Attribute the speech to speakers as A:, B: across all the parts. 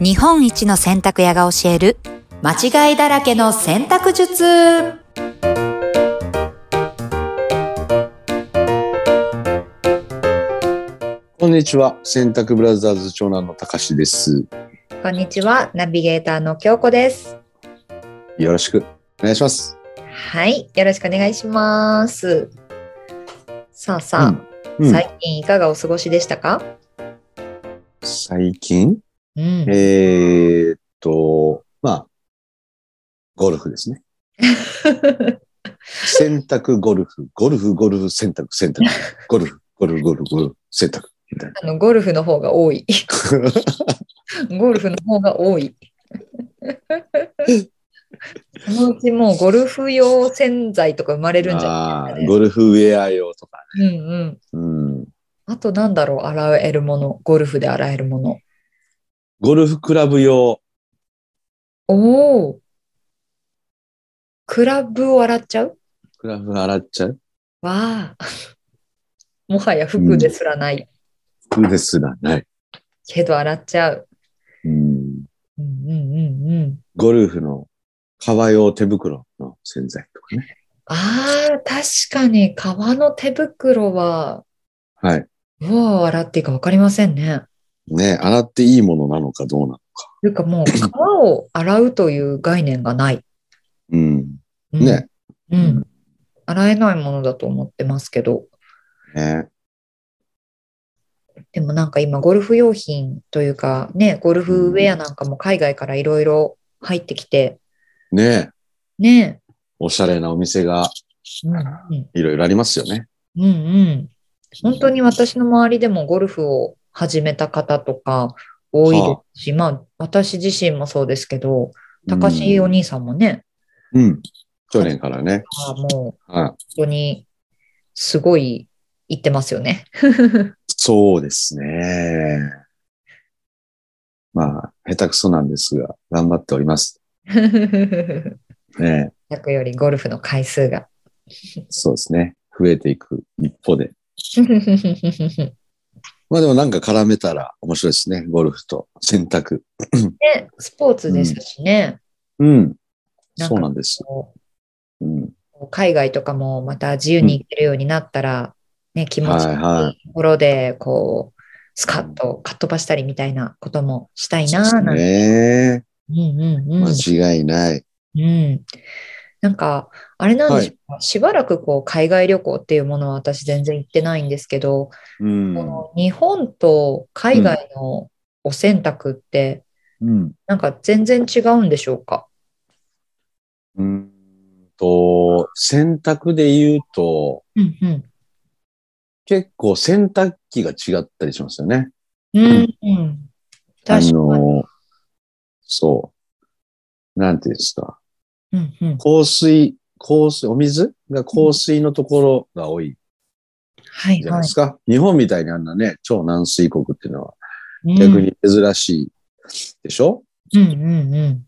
A: 日本一の洗濯屋が教える間違いだらけの洗濯術
B: こんにちは。洗濯ブラザーズ長男のたかしです。
A: こんにちはナビゲーターの京子です
B: よろしくお願いします。
A: はいよろしくお願いしますさあさあ、
B: うんうん
A: 最近いかがお過ごしでしたか
B: 最近、
A: うん
B: えーっと、まあ、ゴルフで すね。洗濯ゴルフ、ゴルフ、ゴルフ、洗濯、洗 濯、ゴルフ、ゴルフ、ゴルフ、ゴルフ、洗濯。みたい
A: あのゴルフの方が多い
B: な
A: ゴルフの方が多いそのうちもうゴルフ用洗剤とか生まれるんじゃ
B: あ
A: ない
B: ーゴルフウェア用とか。
A: うんうん
B: うん、
A: あとなんだろう洗えるものゴルフで洗えるもの
B: ゴルフクラブ用。
A: おお。クラブを洗っちゃう
B: クラブ洗っちゃう
A: わあ。 もはや服ですらない
B: 服ですらない、
A: けど洗っちゃう。
B: うん。
A: うんうんうんうん。
B: ゴルフの革用手袋の洗剤とかね。
A: ああ、確かに革の手袋は、
B: はい。
A: どう洗っていいか分かりませんね。
B: ね、洗っていいものなのかどうなのか。
A: というかもう革を洗うという概念がない。
B: うん。
A: うん、
B: ね。
A: うん。洗えないものだと思ってますけど。
B: ね。
A: でもなんか今ゴルフ用品というかね、ゴルフウェアなんかも海外からいろいろ入ってきて、
B: ね
A: ね
B: おしゃれなお店が
A: え、うんうん
B: いろいろありますよね。
A: うんうん、本当に私の周りでもゴルフを始めた方とか多いですし、まあ私自身もそうですけど、高橋お兄さんもね、
B: うん。うん。去年からね。
A: あもう
B: はい。
A: 本当にすごい行ってますよね。
B: そうですね。まあ、下手くそなんですが、頑張っております。ね。
A: 100よりゴルフの回数が。
B: そうですね。増えていく一方で。まあでもなんか絡めたら面白いですね。ゴルフと洗濯。
A: ね、スポーツですしね、
B: うん。
A: なん
B: そ
A: か
B: うなんです。
A: こ
B: うん。
A: う海外とかもまた自由に行けるようになったら、ね、気持ち
B: はいはいい
A: いところで、こう、スカッとかっ飛ばしたりみたいなこともしたいなぁなんて。
B: ね
A: うんうんうん。
B: 間違いない。
A: うん。なんか、あれなんでしょうか、しばらくこう海外旅行っていうものは私全然行ってないんですけど、
B: うん
A: こ。の日本と海外のお洗濯って、
B: うん。
A: なんか全然違うんでしょうか
B: うーんと、洗濯で言うと、
A: うんうん。
B: 結構洗濯機が違ったりしますよね。
A: うんうん。確か
B: あ
A: に。
B: の、そう。なんていうんですか。
A: うんうん。
B: 香水、香水、お水が香水のところが多い
A: はい
B: じゃない
A: は
B: で
A: い。
B: すか。日本みたいにあんなね、超軟水国っていうのは
A: うん
B: 逆に珍しいでしょ、
A: うんうんうん。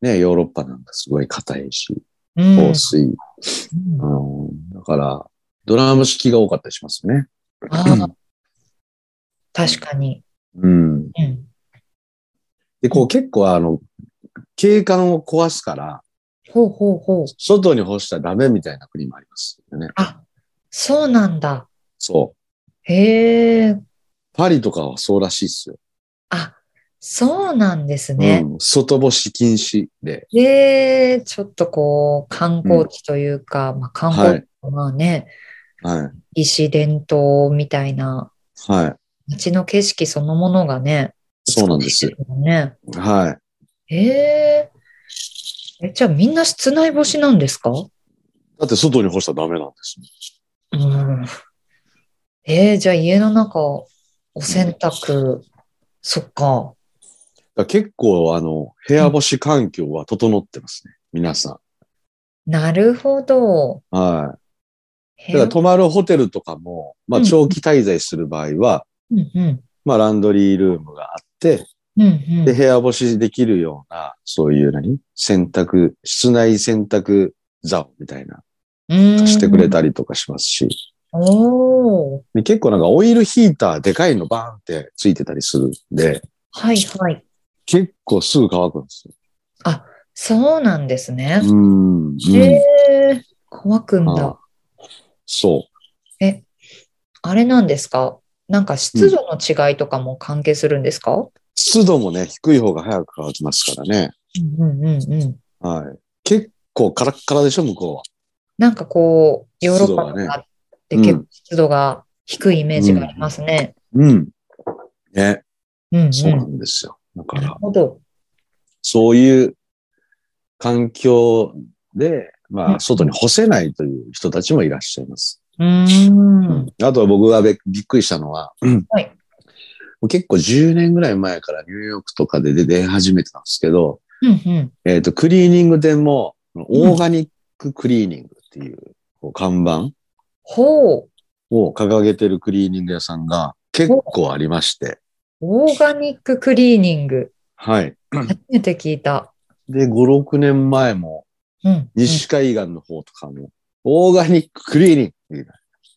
B: ね、ヨーロッパなんかすごい硬いし、
A: うん
B: 香水。
A: うん
B: うん、だから、ドラム式が多かったりしますよね。
A: ああ、確かに。
B: うん。
A: うん。
B: で、こう結構あの、景観を壊すから、
A: ほうほうほう。
B: 外に干したらダメみたいな国もありますよね。
A: あ、そうなんだ。
B: そう。
A: へえ。
B: パリとかはそうらしいっすよ。
A: あ、そうなんですね。
B: うん、外干し禁止で。
A: で、ちょっとこう、観光地というか、まあ観光地はまあね、
B: は
A: 歴史伝統みたいな、
B: い。はい。
A: 街の景色そのものがね、
B: そうなんです
A: 美しい。すよね。
B: はい。
A: へえ。え、じゃあみんな室内干しなんですか
B: だって外に干したらダメなんですよ。
A: うんえー、じゃあ家の中、お洗濯、そっか。
B: だから結構あの、部屋干し環境は整ってますね。皆さ
A: なるほど。
B: ん。はい。
A: へ
B: だから
A: ー
B: 泊まるホテルとかも、まあ
A: うん
B: 長期滞在する場合は、
A: うんうん
B: まあランドリールームがあって、
A: うんう
B: で、
A: ん
B: 部屋干しできるような、そういう何洗濯、室内洗濯竿みたいな、
A: うーん
B: してくれたりとかしますし、
A: おー
B: で結構なんかオイルヒーターでかいのバーンってついてたりするんで、
A: はいはい。
B: 結構すぐ乾くんですよ。
A: そうなんですね。
B: うん。うん
A: へえ、乾くん
B: あ
A: だ
B: あ。そ
A: あれなんですかなんか湿度の違いとかも関係するんですか、う
B: う。湿度もね、低い方が早く乾きますからね。
A: ん、うんうんうん。
B: はい。結構カラッカラでしょ、向こうは。
A: なんかこう、ヨーロッパと
B: 湿度が
A: かって結構湿度が低いイメージがありますね。
B: うん。ね、
A: うん、うん。
B: そうなんですよ。だか
A: なる
B: ら、
A: ほど。
B: そういう環境で、
A: う
B: まあ、
A: ん
B: 外に干せないという人たちもいらっしゃいます。
A: うーん。
B: あとは僕がべびっくりしたのは、
A: はい
B: もう結構10年ぐらい前からニューヨークとかで出出始めてたんですけど、
A: うんうん。
B: えっ、と、クリーニング店も、オーガニッククリーニングっていうこう看板
A: ほう。
B: を掲げてるクリーニング屋さんが結構ありまして、
A: オーガニッククリーニング。
B: はい。
A: 初めて聞いた。
B: で、5、6年前も、
A: うんうん。
B: 西海岸の方とかも、オーガニッククリーニングっていう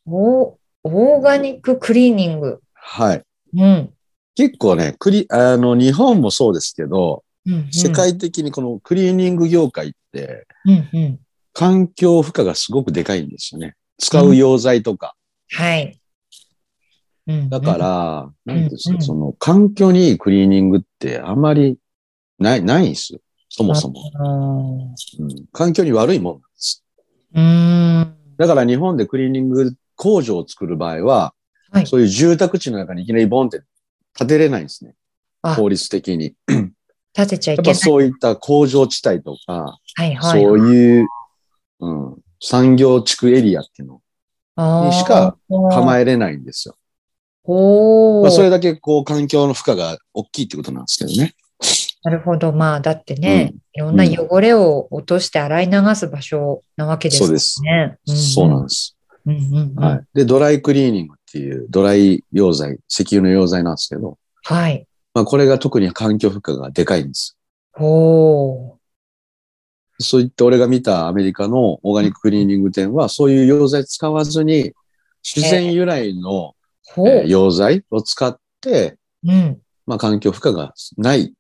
B: の。
A: おオーガニッククリーニング。
B: はい。
A: うん。
B: 結構ね、クリ、あの、日本もそうですけど、
A: うんうん、
B: 世界的にこのクリーニング業界って、
A: うんうん。
B: 環境負荷がすごくでかいんですよね。使う溶剤とか。
A: はい。うん
B: だか、ら、
A: う
B: なんんていうんです
A: う
B: か、
A: ん
B: その、環境にいいクリーニングってあまりない、ないんですよ。そもそも。
A: も。
B: うん環境に悪いもんなんです。
A: うーん。
B: だから日本でクリーニング工場を作る場合は、
A: はい
B: そういう住宅地の中にいきなりボンって建てれないんですね。
A: あ
B: 法律的に。
A: 立てちゃい
B: や
A: けな
B: っぱ
A: い。
B: そういった工場地帯とか、
A: はいはい。
B: そういう、うん、産業地区エリアっていうのにしか構
A: え。
B: えれないんですよ。
A: お
B: まあ、それ
A: ー。
B: だけこう環境の負荷が大きいってことなんですけどね。
A: なるほど。まあ、だってね
B: う、
A: いろんな汚れを落として洗い流す場所なわけです
B: そうです。
A: ね。
B: そうなん
A: す。
B: です。
A: うんうんうん
B: はい。で、ドライクリーニングっていうドライ溶剤、石油の溶剤なんですけど、
A: はい。
B: まあこれが特に環境負荷がでかいんです。
A: おー。
B: そういった俺が見たアメリカのオーガニッククリーニング店は、そういう溶剤使わずに、自然由来の、
A: ほ
B: えー
A: う。
B: 溶剤を使って、
A: うん。
B: まあ、環境負荷がない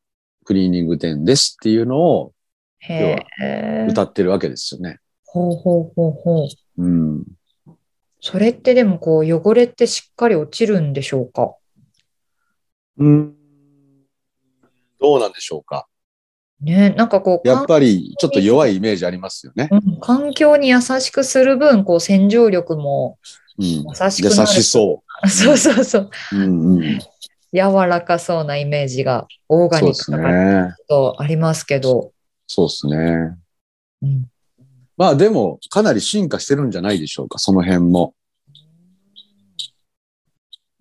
B: クリーニング店ですっていうのを
A: へえ。
B: 歌ってるわけですよね。
A: ほうほうほうほう。
B: うん。
A: それってでもこう汚れってしっかり落ちるんでしょうか
B: うん、どうなんでしょうか。
A: ね、なんかこう、
B: やっぱりちょっと弱いイメージありますよね。
A: うん環境に優しくする分、こう洗浄力も
B: うん。
A: 優しく
B: 優
A: なる。
B: しそ
A: そうそうそう。
B: う。うんうん。
A: 柔らかそうなイメージが、オーガ
B: そう
A: ニ
B: で
A: ック
B: す
A: とか
B: ね。
A: とありますけど。
B: そうですね。
A: うん
B: まあでも、かなり進化してるんじゃないでしょうか、その辺も。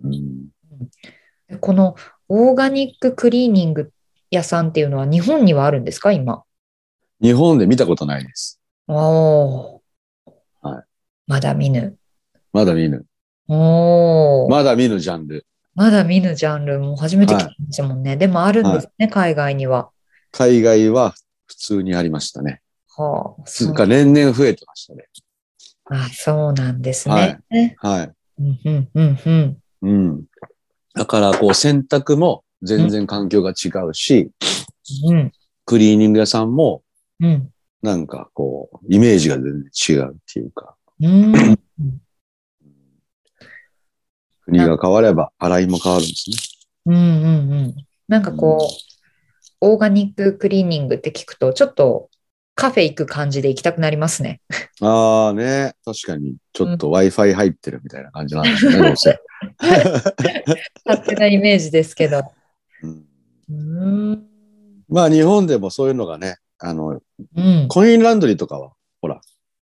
B: うん、
A: このオーガニッククリーニング屋さんっていうのは日本にはあるんですか今。
B: 日本で見たことないです。
A: おー
B: は
A: まだ見ぬ。
B: まだ見ぬ。
A: おー
B: まだ見ぬジャンル。
A: まだ見ぬジャンルも初めて聞きましたもんね。でもあるんですね、海外には。
B: 海外は普通にありましたね。
A: はあ、そ
B: つ
A: う
B: うか年々増えてましたね。
A: あそうなんですね。
B: はいはい。
A: うんうんうんうん。
B: うん。だから、こう、洗濯も全然環境が違うし、
A: うん
B: クリーニング屋さんも、
A: うん
B: なんかこう、イメージが全然違うっていうか、
A: うん。
B: 国が変われば洗いも変わるんですね。
A: うんうんうん。なんかこう、オーガニッククリーニングって聞くと、ちょっとカフェ行く感じで行きたくなりますね。
B: ああね、確かに、ちょっと Wi-Fi 入ってるみたいな感じなんです ね、どうせ。
A: 勝手なイメージですけど。
B: うん
A: うーん。
B: まあ、日本でもそういうのがね、あの、
A: うん。
B: コインランドリーとかは、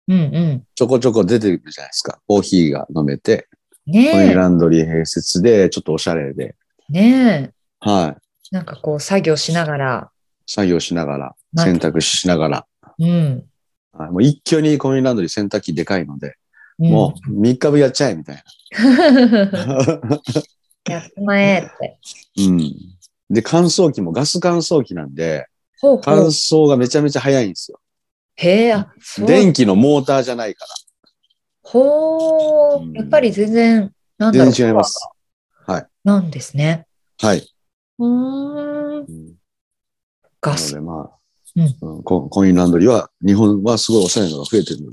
A: うんうん。
B: ちょこちょこ出てるじゃないですか。コーヒーが飲めて、コイン
A: ね
B: ランドリー併設で、ちょっとおしゃれで、
A: え。ねえ。
B: はい。
A: なんかこう、作業しながら。
B: 作業しながら、
A: なん
B: 洗濯しながら、
A: うん。
B: はいもう一挙にコインランドリー洗濯機でかいので、
A: うん
B: もう3日分やっちゃえ、みたいな。
A: やっまえって。
B: うん。で、乾燥機もガス乾燥機なんで、
A: ほうほ
B: 乾
A: う。
B: 燥がめちゃめちゃ早いんですよ。
A: へえ、あ、そう。
B: 電気のモーターじゃないか
A: ほ
B: う
A: う。
B: ん
A: やっぱり全然、なんだ
B: ら。
A: ろう。
B: 全然違います。
A: パワーが。なんですね。
B: はい。
A: うーん。
B: うん
A: ガ
B: なの
A: ス。
B: でまあ、
A: うん
B: うんココインランドリーは、日本はすごいおしゃれなのが増えてるんで、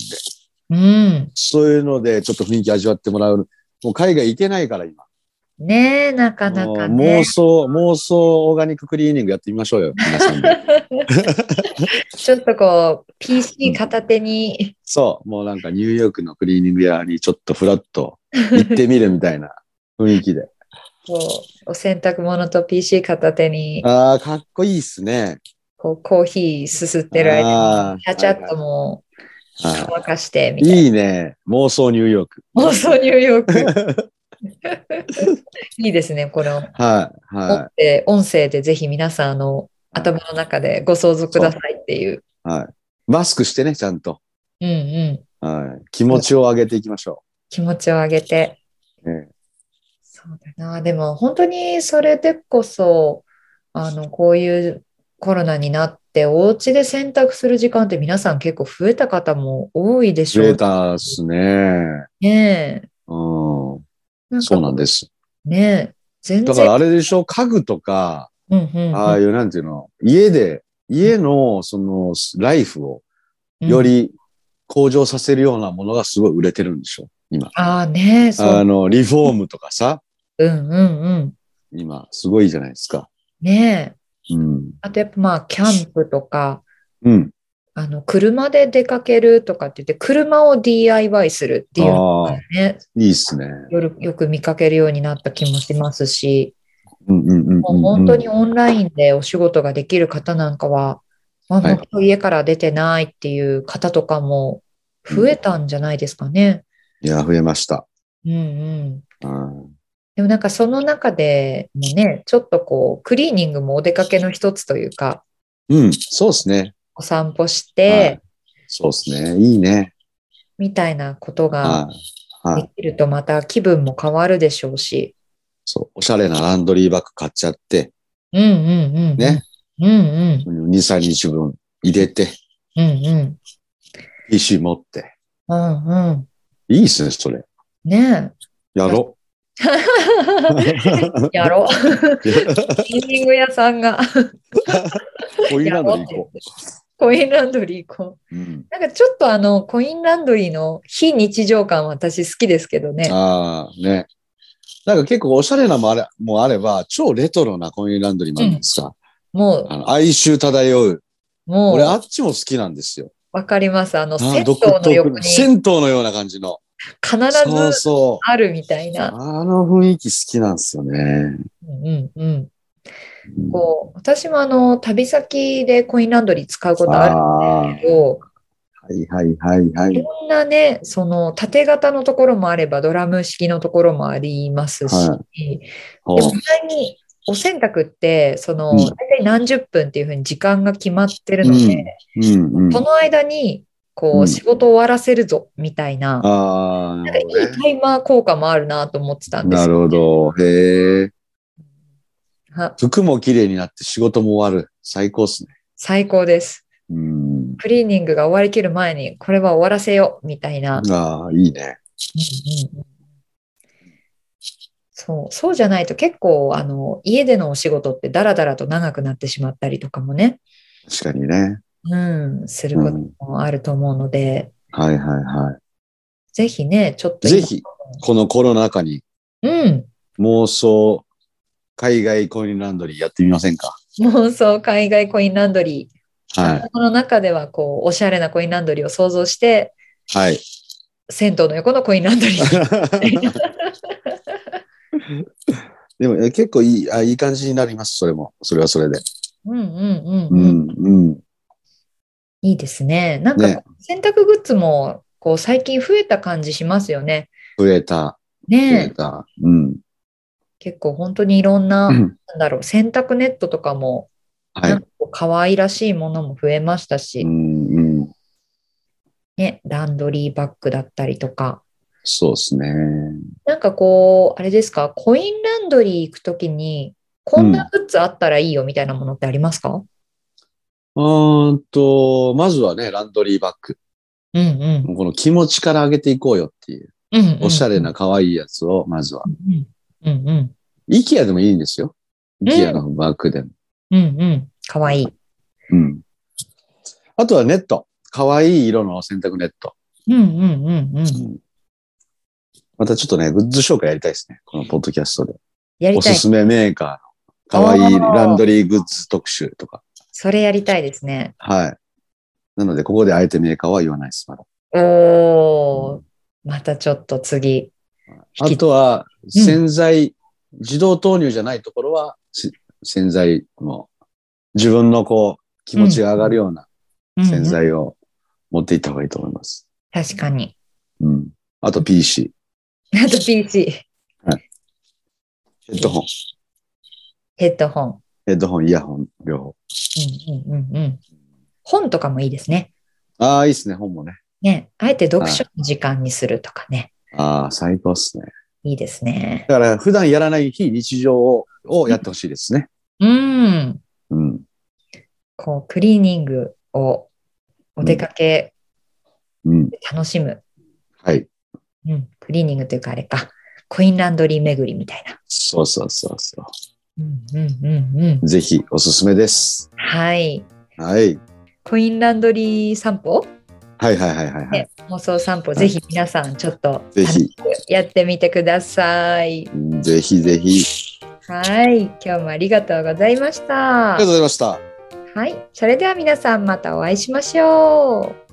A: うん。
B: そういうのでちょっと雰囲気味わってもらう。もう海外行けないから今。
A: ねえ、なかなか
B: もう
A: ね
B: 妄。想、妄想オーガニッククリーニングやってみましょうよ、皆さんで。
A: ちょっとこう、PC 片手に、
B: そう、もうなんかニューヨークのクリーニング屋にちょっとフラッと行ってみるみた いな雰囲気で。
A: こう、お洗濯物と PC 片手に、
B: ああ、かっこいいっすね。
A: こう、コーヒーすすってる間
B: あー
A: に、ちゃちゃっともう
B: はいはい
A: 乾かして、みたいな。
B: いいね。妄想ニューヨーク。
A: 妄想ニューヨーク。 いいですね、これを。
B: はい、
A: 持
B: は
A: って音声でぜひ皆さん、あの、頭の中でご想像くださいっていう。
B: い、はい。マスクしてね、ちゃんと。
A: うんうん。
B: はい。気持ちを上げていきましょ
A: 気持ちを上げて。
B: う。ええ
A: そうだな。でも本当にそれでこそ、あの、こういうコロナになって、お家で洗濯する時間って皆さん結構増えた方も多いでし
B: 増
A: ょ
B: え
A: う
B: たっすね。
A: ね。
B: うん。
A: なんか
B: そうなんです。
A: ね全
B: だから
A: 然。
B: あれでしょ、家具とか、
A: うんうんうん
B: ああいうなんていうの、家で、家のそのライフをより向上させるようなものがすごい売れてるんでしょ、今。
A: ああね、そ
B: あ
A: う。
B: の、リフォームとかさ、
A: うんうんうん。
B: 今、すごいじゃないですか。
A: ね
B: うん。
A: あとやっぱまあ、キャンプとか、
B: うん。
A: あの、車で出かけるとかって言って、車を DIY するっていうの
B: ああ
A: が、ね、
B: いいっすね。
A: よよく見かけるようになった気もしますし、
B: うんうんうんうん、うん。
A: もう本当にオンラインでお仕事ができる方なんかは、まあ、
B: はい
A: 本当家から出てないっていう方とかも増えたんじゃないですかね。
B: いや、増えました。
A: うんうん。
B: うん。
A: でもなんかその中でもね、ちょっとこう、クリーニングもお出かけの一つというか、
B: うん、そうっすね。
A: お散歩し
B: はい
A: て、
B: そうっすね。いいね。
A: みたいなことが
B: はい。は
A: で
B: い。
A: きるとまた気分も変わるでしょうし。
B: そう。おしゃれなランドリーバッグ買っちゃって、
A: うんうんうん。
B: ね。
A: うんうん。
B: 2、3日分入れて、
A: うんうん。
B: 石持って。
A: うんうん。
B: いいっすね、それ。
A: ね
B: やろ。
A: え。やろ う。クリーニング屋さんが
B: コインランドリー行こ
A: コインランドリー行こう。
B: う。うん、
A: なんかちょっとあの、コインランドリーの非日常感は私好きですけどね。
B: ああ、ね。なんか結構おしゃれなもあれもあれば、超レトロなコインランドリーもあるんですか、
A: も
B: あの哀愁漂う。
A: う、も
B: 俺、あ
A: う、
B: っちも好きなんですよ。
A: わかります。あの、
B: あ
A: 銭
B: ー
A: 湯
B: 独
A: の横
B: 特
A: に
B: な銭湯のような感じの。
A: 必
B: そう
A: ず
B: そ。
A: あるみたいうな。
B: あの雰囲気好きなんですよね。
A: うんうんうん。こう、私もあの、旅先でコインランドリー使うことある
B: ああー、
A: けど、
B: はいはいはいはいい。
A: ろんなね、その、縦型のところもあれば、ドラム式のところもありますし、
B: はほ
A: でも意外にお洗濯って、その、
B: うん
A: 大体何十分っていうふうに時間が決まってるので、
B: ううんうん
A: そ。の間に、こ
B: う
A: う、
B: ん
A: 仕事終わらせるぞ、みたいな、
B: あ
A: なんかいいタイマー効果もあるなと思ってた
B: あ、
A: んで
B: な
A: す
B: るほど。へえ。
A: は
B: 服も綺麗になって仕事も終わる。最高っすね。
A: 最高です。
B: うん。
A: クリーニングが終わりきる前に、これは終わらせよう、みたいな。
B: ああ、いいね。
A: うんうんうんそう、そうじゃないと結構、あの、家でのお仕事ってダラダラと長くなってしまったりとかもね、
B: 確かにね。
A: うん、すること
B: うん
A: もあると思うので、
B: はいはいは
A: ぜひね、ちょっと
B: い。
A: 今
B: ぜひ、このコロナ禍に
A: うん、
B: 妄想海外コインランドリーやってみませんか
A: 妄想海外コインランドリー。
B: は
A: この中では、こう、おしゃれなコインランドリーを想像して、
B: い。はい。
A: 銭湯の横のコインランドリー。
B: でもえ結構いいあ、いい感じになります。それも。それはそれで。
A: うんうんう
B: うん
A: うん。
B: ん、うん。
A: いいですね。なんか
B: ね
A: こう、洗濯グッズも、こう、最近増えた感じしますよね。
B: 増えた、増
A: ねえ
B: えた。うん。
A: 結構本当にいろんな、
B: うん
A: なんだろう、洗濯ネットとかも、
B: は
A: なん
B: い。
A: かこう可愛らしいものも増えましたし、
B: うん、うん。
A: ね、ランドリーバッグだったりとか、
B: そうですね。
A: なんかこう、あれですか、コインランドリー行くときに、こんなグッズあったらいいよみたいなものってありますか
B: うーんと、まずはね、ランドリーバッグ。
A: うんうん。
B: もうこの気持ちから上げていこうよっていう、
A: うんうん
B: おしゃれな可愛いやつを、まずは。
A: うんうん。うんうん。
B: イケアでもいいんですよ。イ
A: ん
B: ケアのバッグでも。
A: うんうん。かわいい。
B: うん。あとはネット。可愛い色の洗濯ネット。
A: うんうんうんうん。
B: またちょっとね、グッズ紹介やりたいですね。このポッドキャストで。
A: やり
B: お
A: た
B: す
A: い。
B: すめメーカーの可愛い
A: あー
B: ランドリーグッズ特集とか。
A: それやりたいですね。
B: はい。なので、ここであえてメーカーは言わないです。まだ
A: おー。またちょっと次。
B: あとは、洗剤、自動投入じゃないところは、し洗剤も、自分のこう、気持ちが上がるような
A: うんうん
B: 洗剤を持っていった方がいいと思います。
A: 確かに。
B: うん。あと PC、
A: あと PC。
B: ヘッドホン、
A: ヘッドホン。
B: ヘッドホン、イヤホン、両方。
A: うんうんうんうん。本とかもいいですね。
B: ああ、いいですね、本もね。
A: ね。あえて読書の時間にするとかね。
B: ああ、最高っすね。
A: いいですね。
B: だから、普段やらない非日常ををやってほしいですね。
A: うん。
B: うん。
A: こう、クリーニングをお出かけ
B: うん。
A: 楽しむ。
B: はい。
A: うん。クリーニングというかあれか。コインランドリー巡りみたいな。
B: そうそうそうそ
A: うんうんうんうん
B: う。。ぜひ、おすすめです。
A: はい。
B: はい。
A: コインランドリー散歩、
B: はいはいはいはい、はい。
A: ね、妄想散歩、
B: い
A: ぜひ皆さんちょっと
B: ぜひ
A: 楽しくやってみてください。
B: うんぜひぜひ。
A: はい。今日もありがとうございました
B: ありがとう。ございました。
A: はい。それでは皆さんまたお会いしましょう。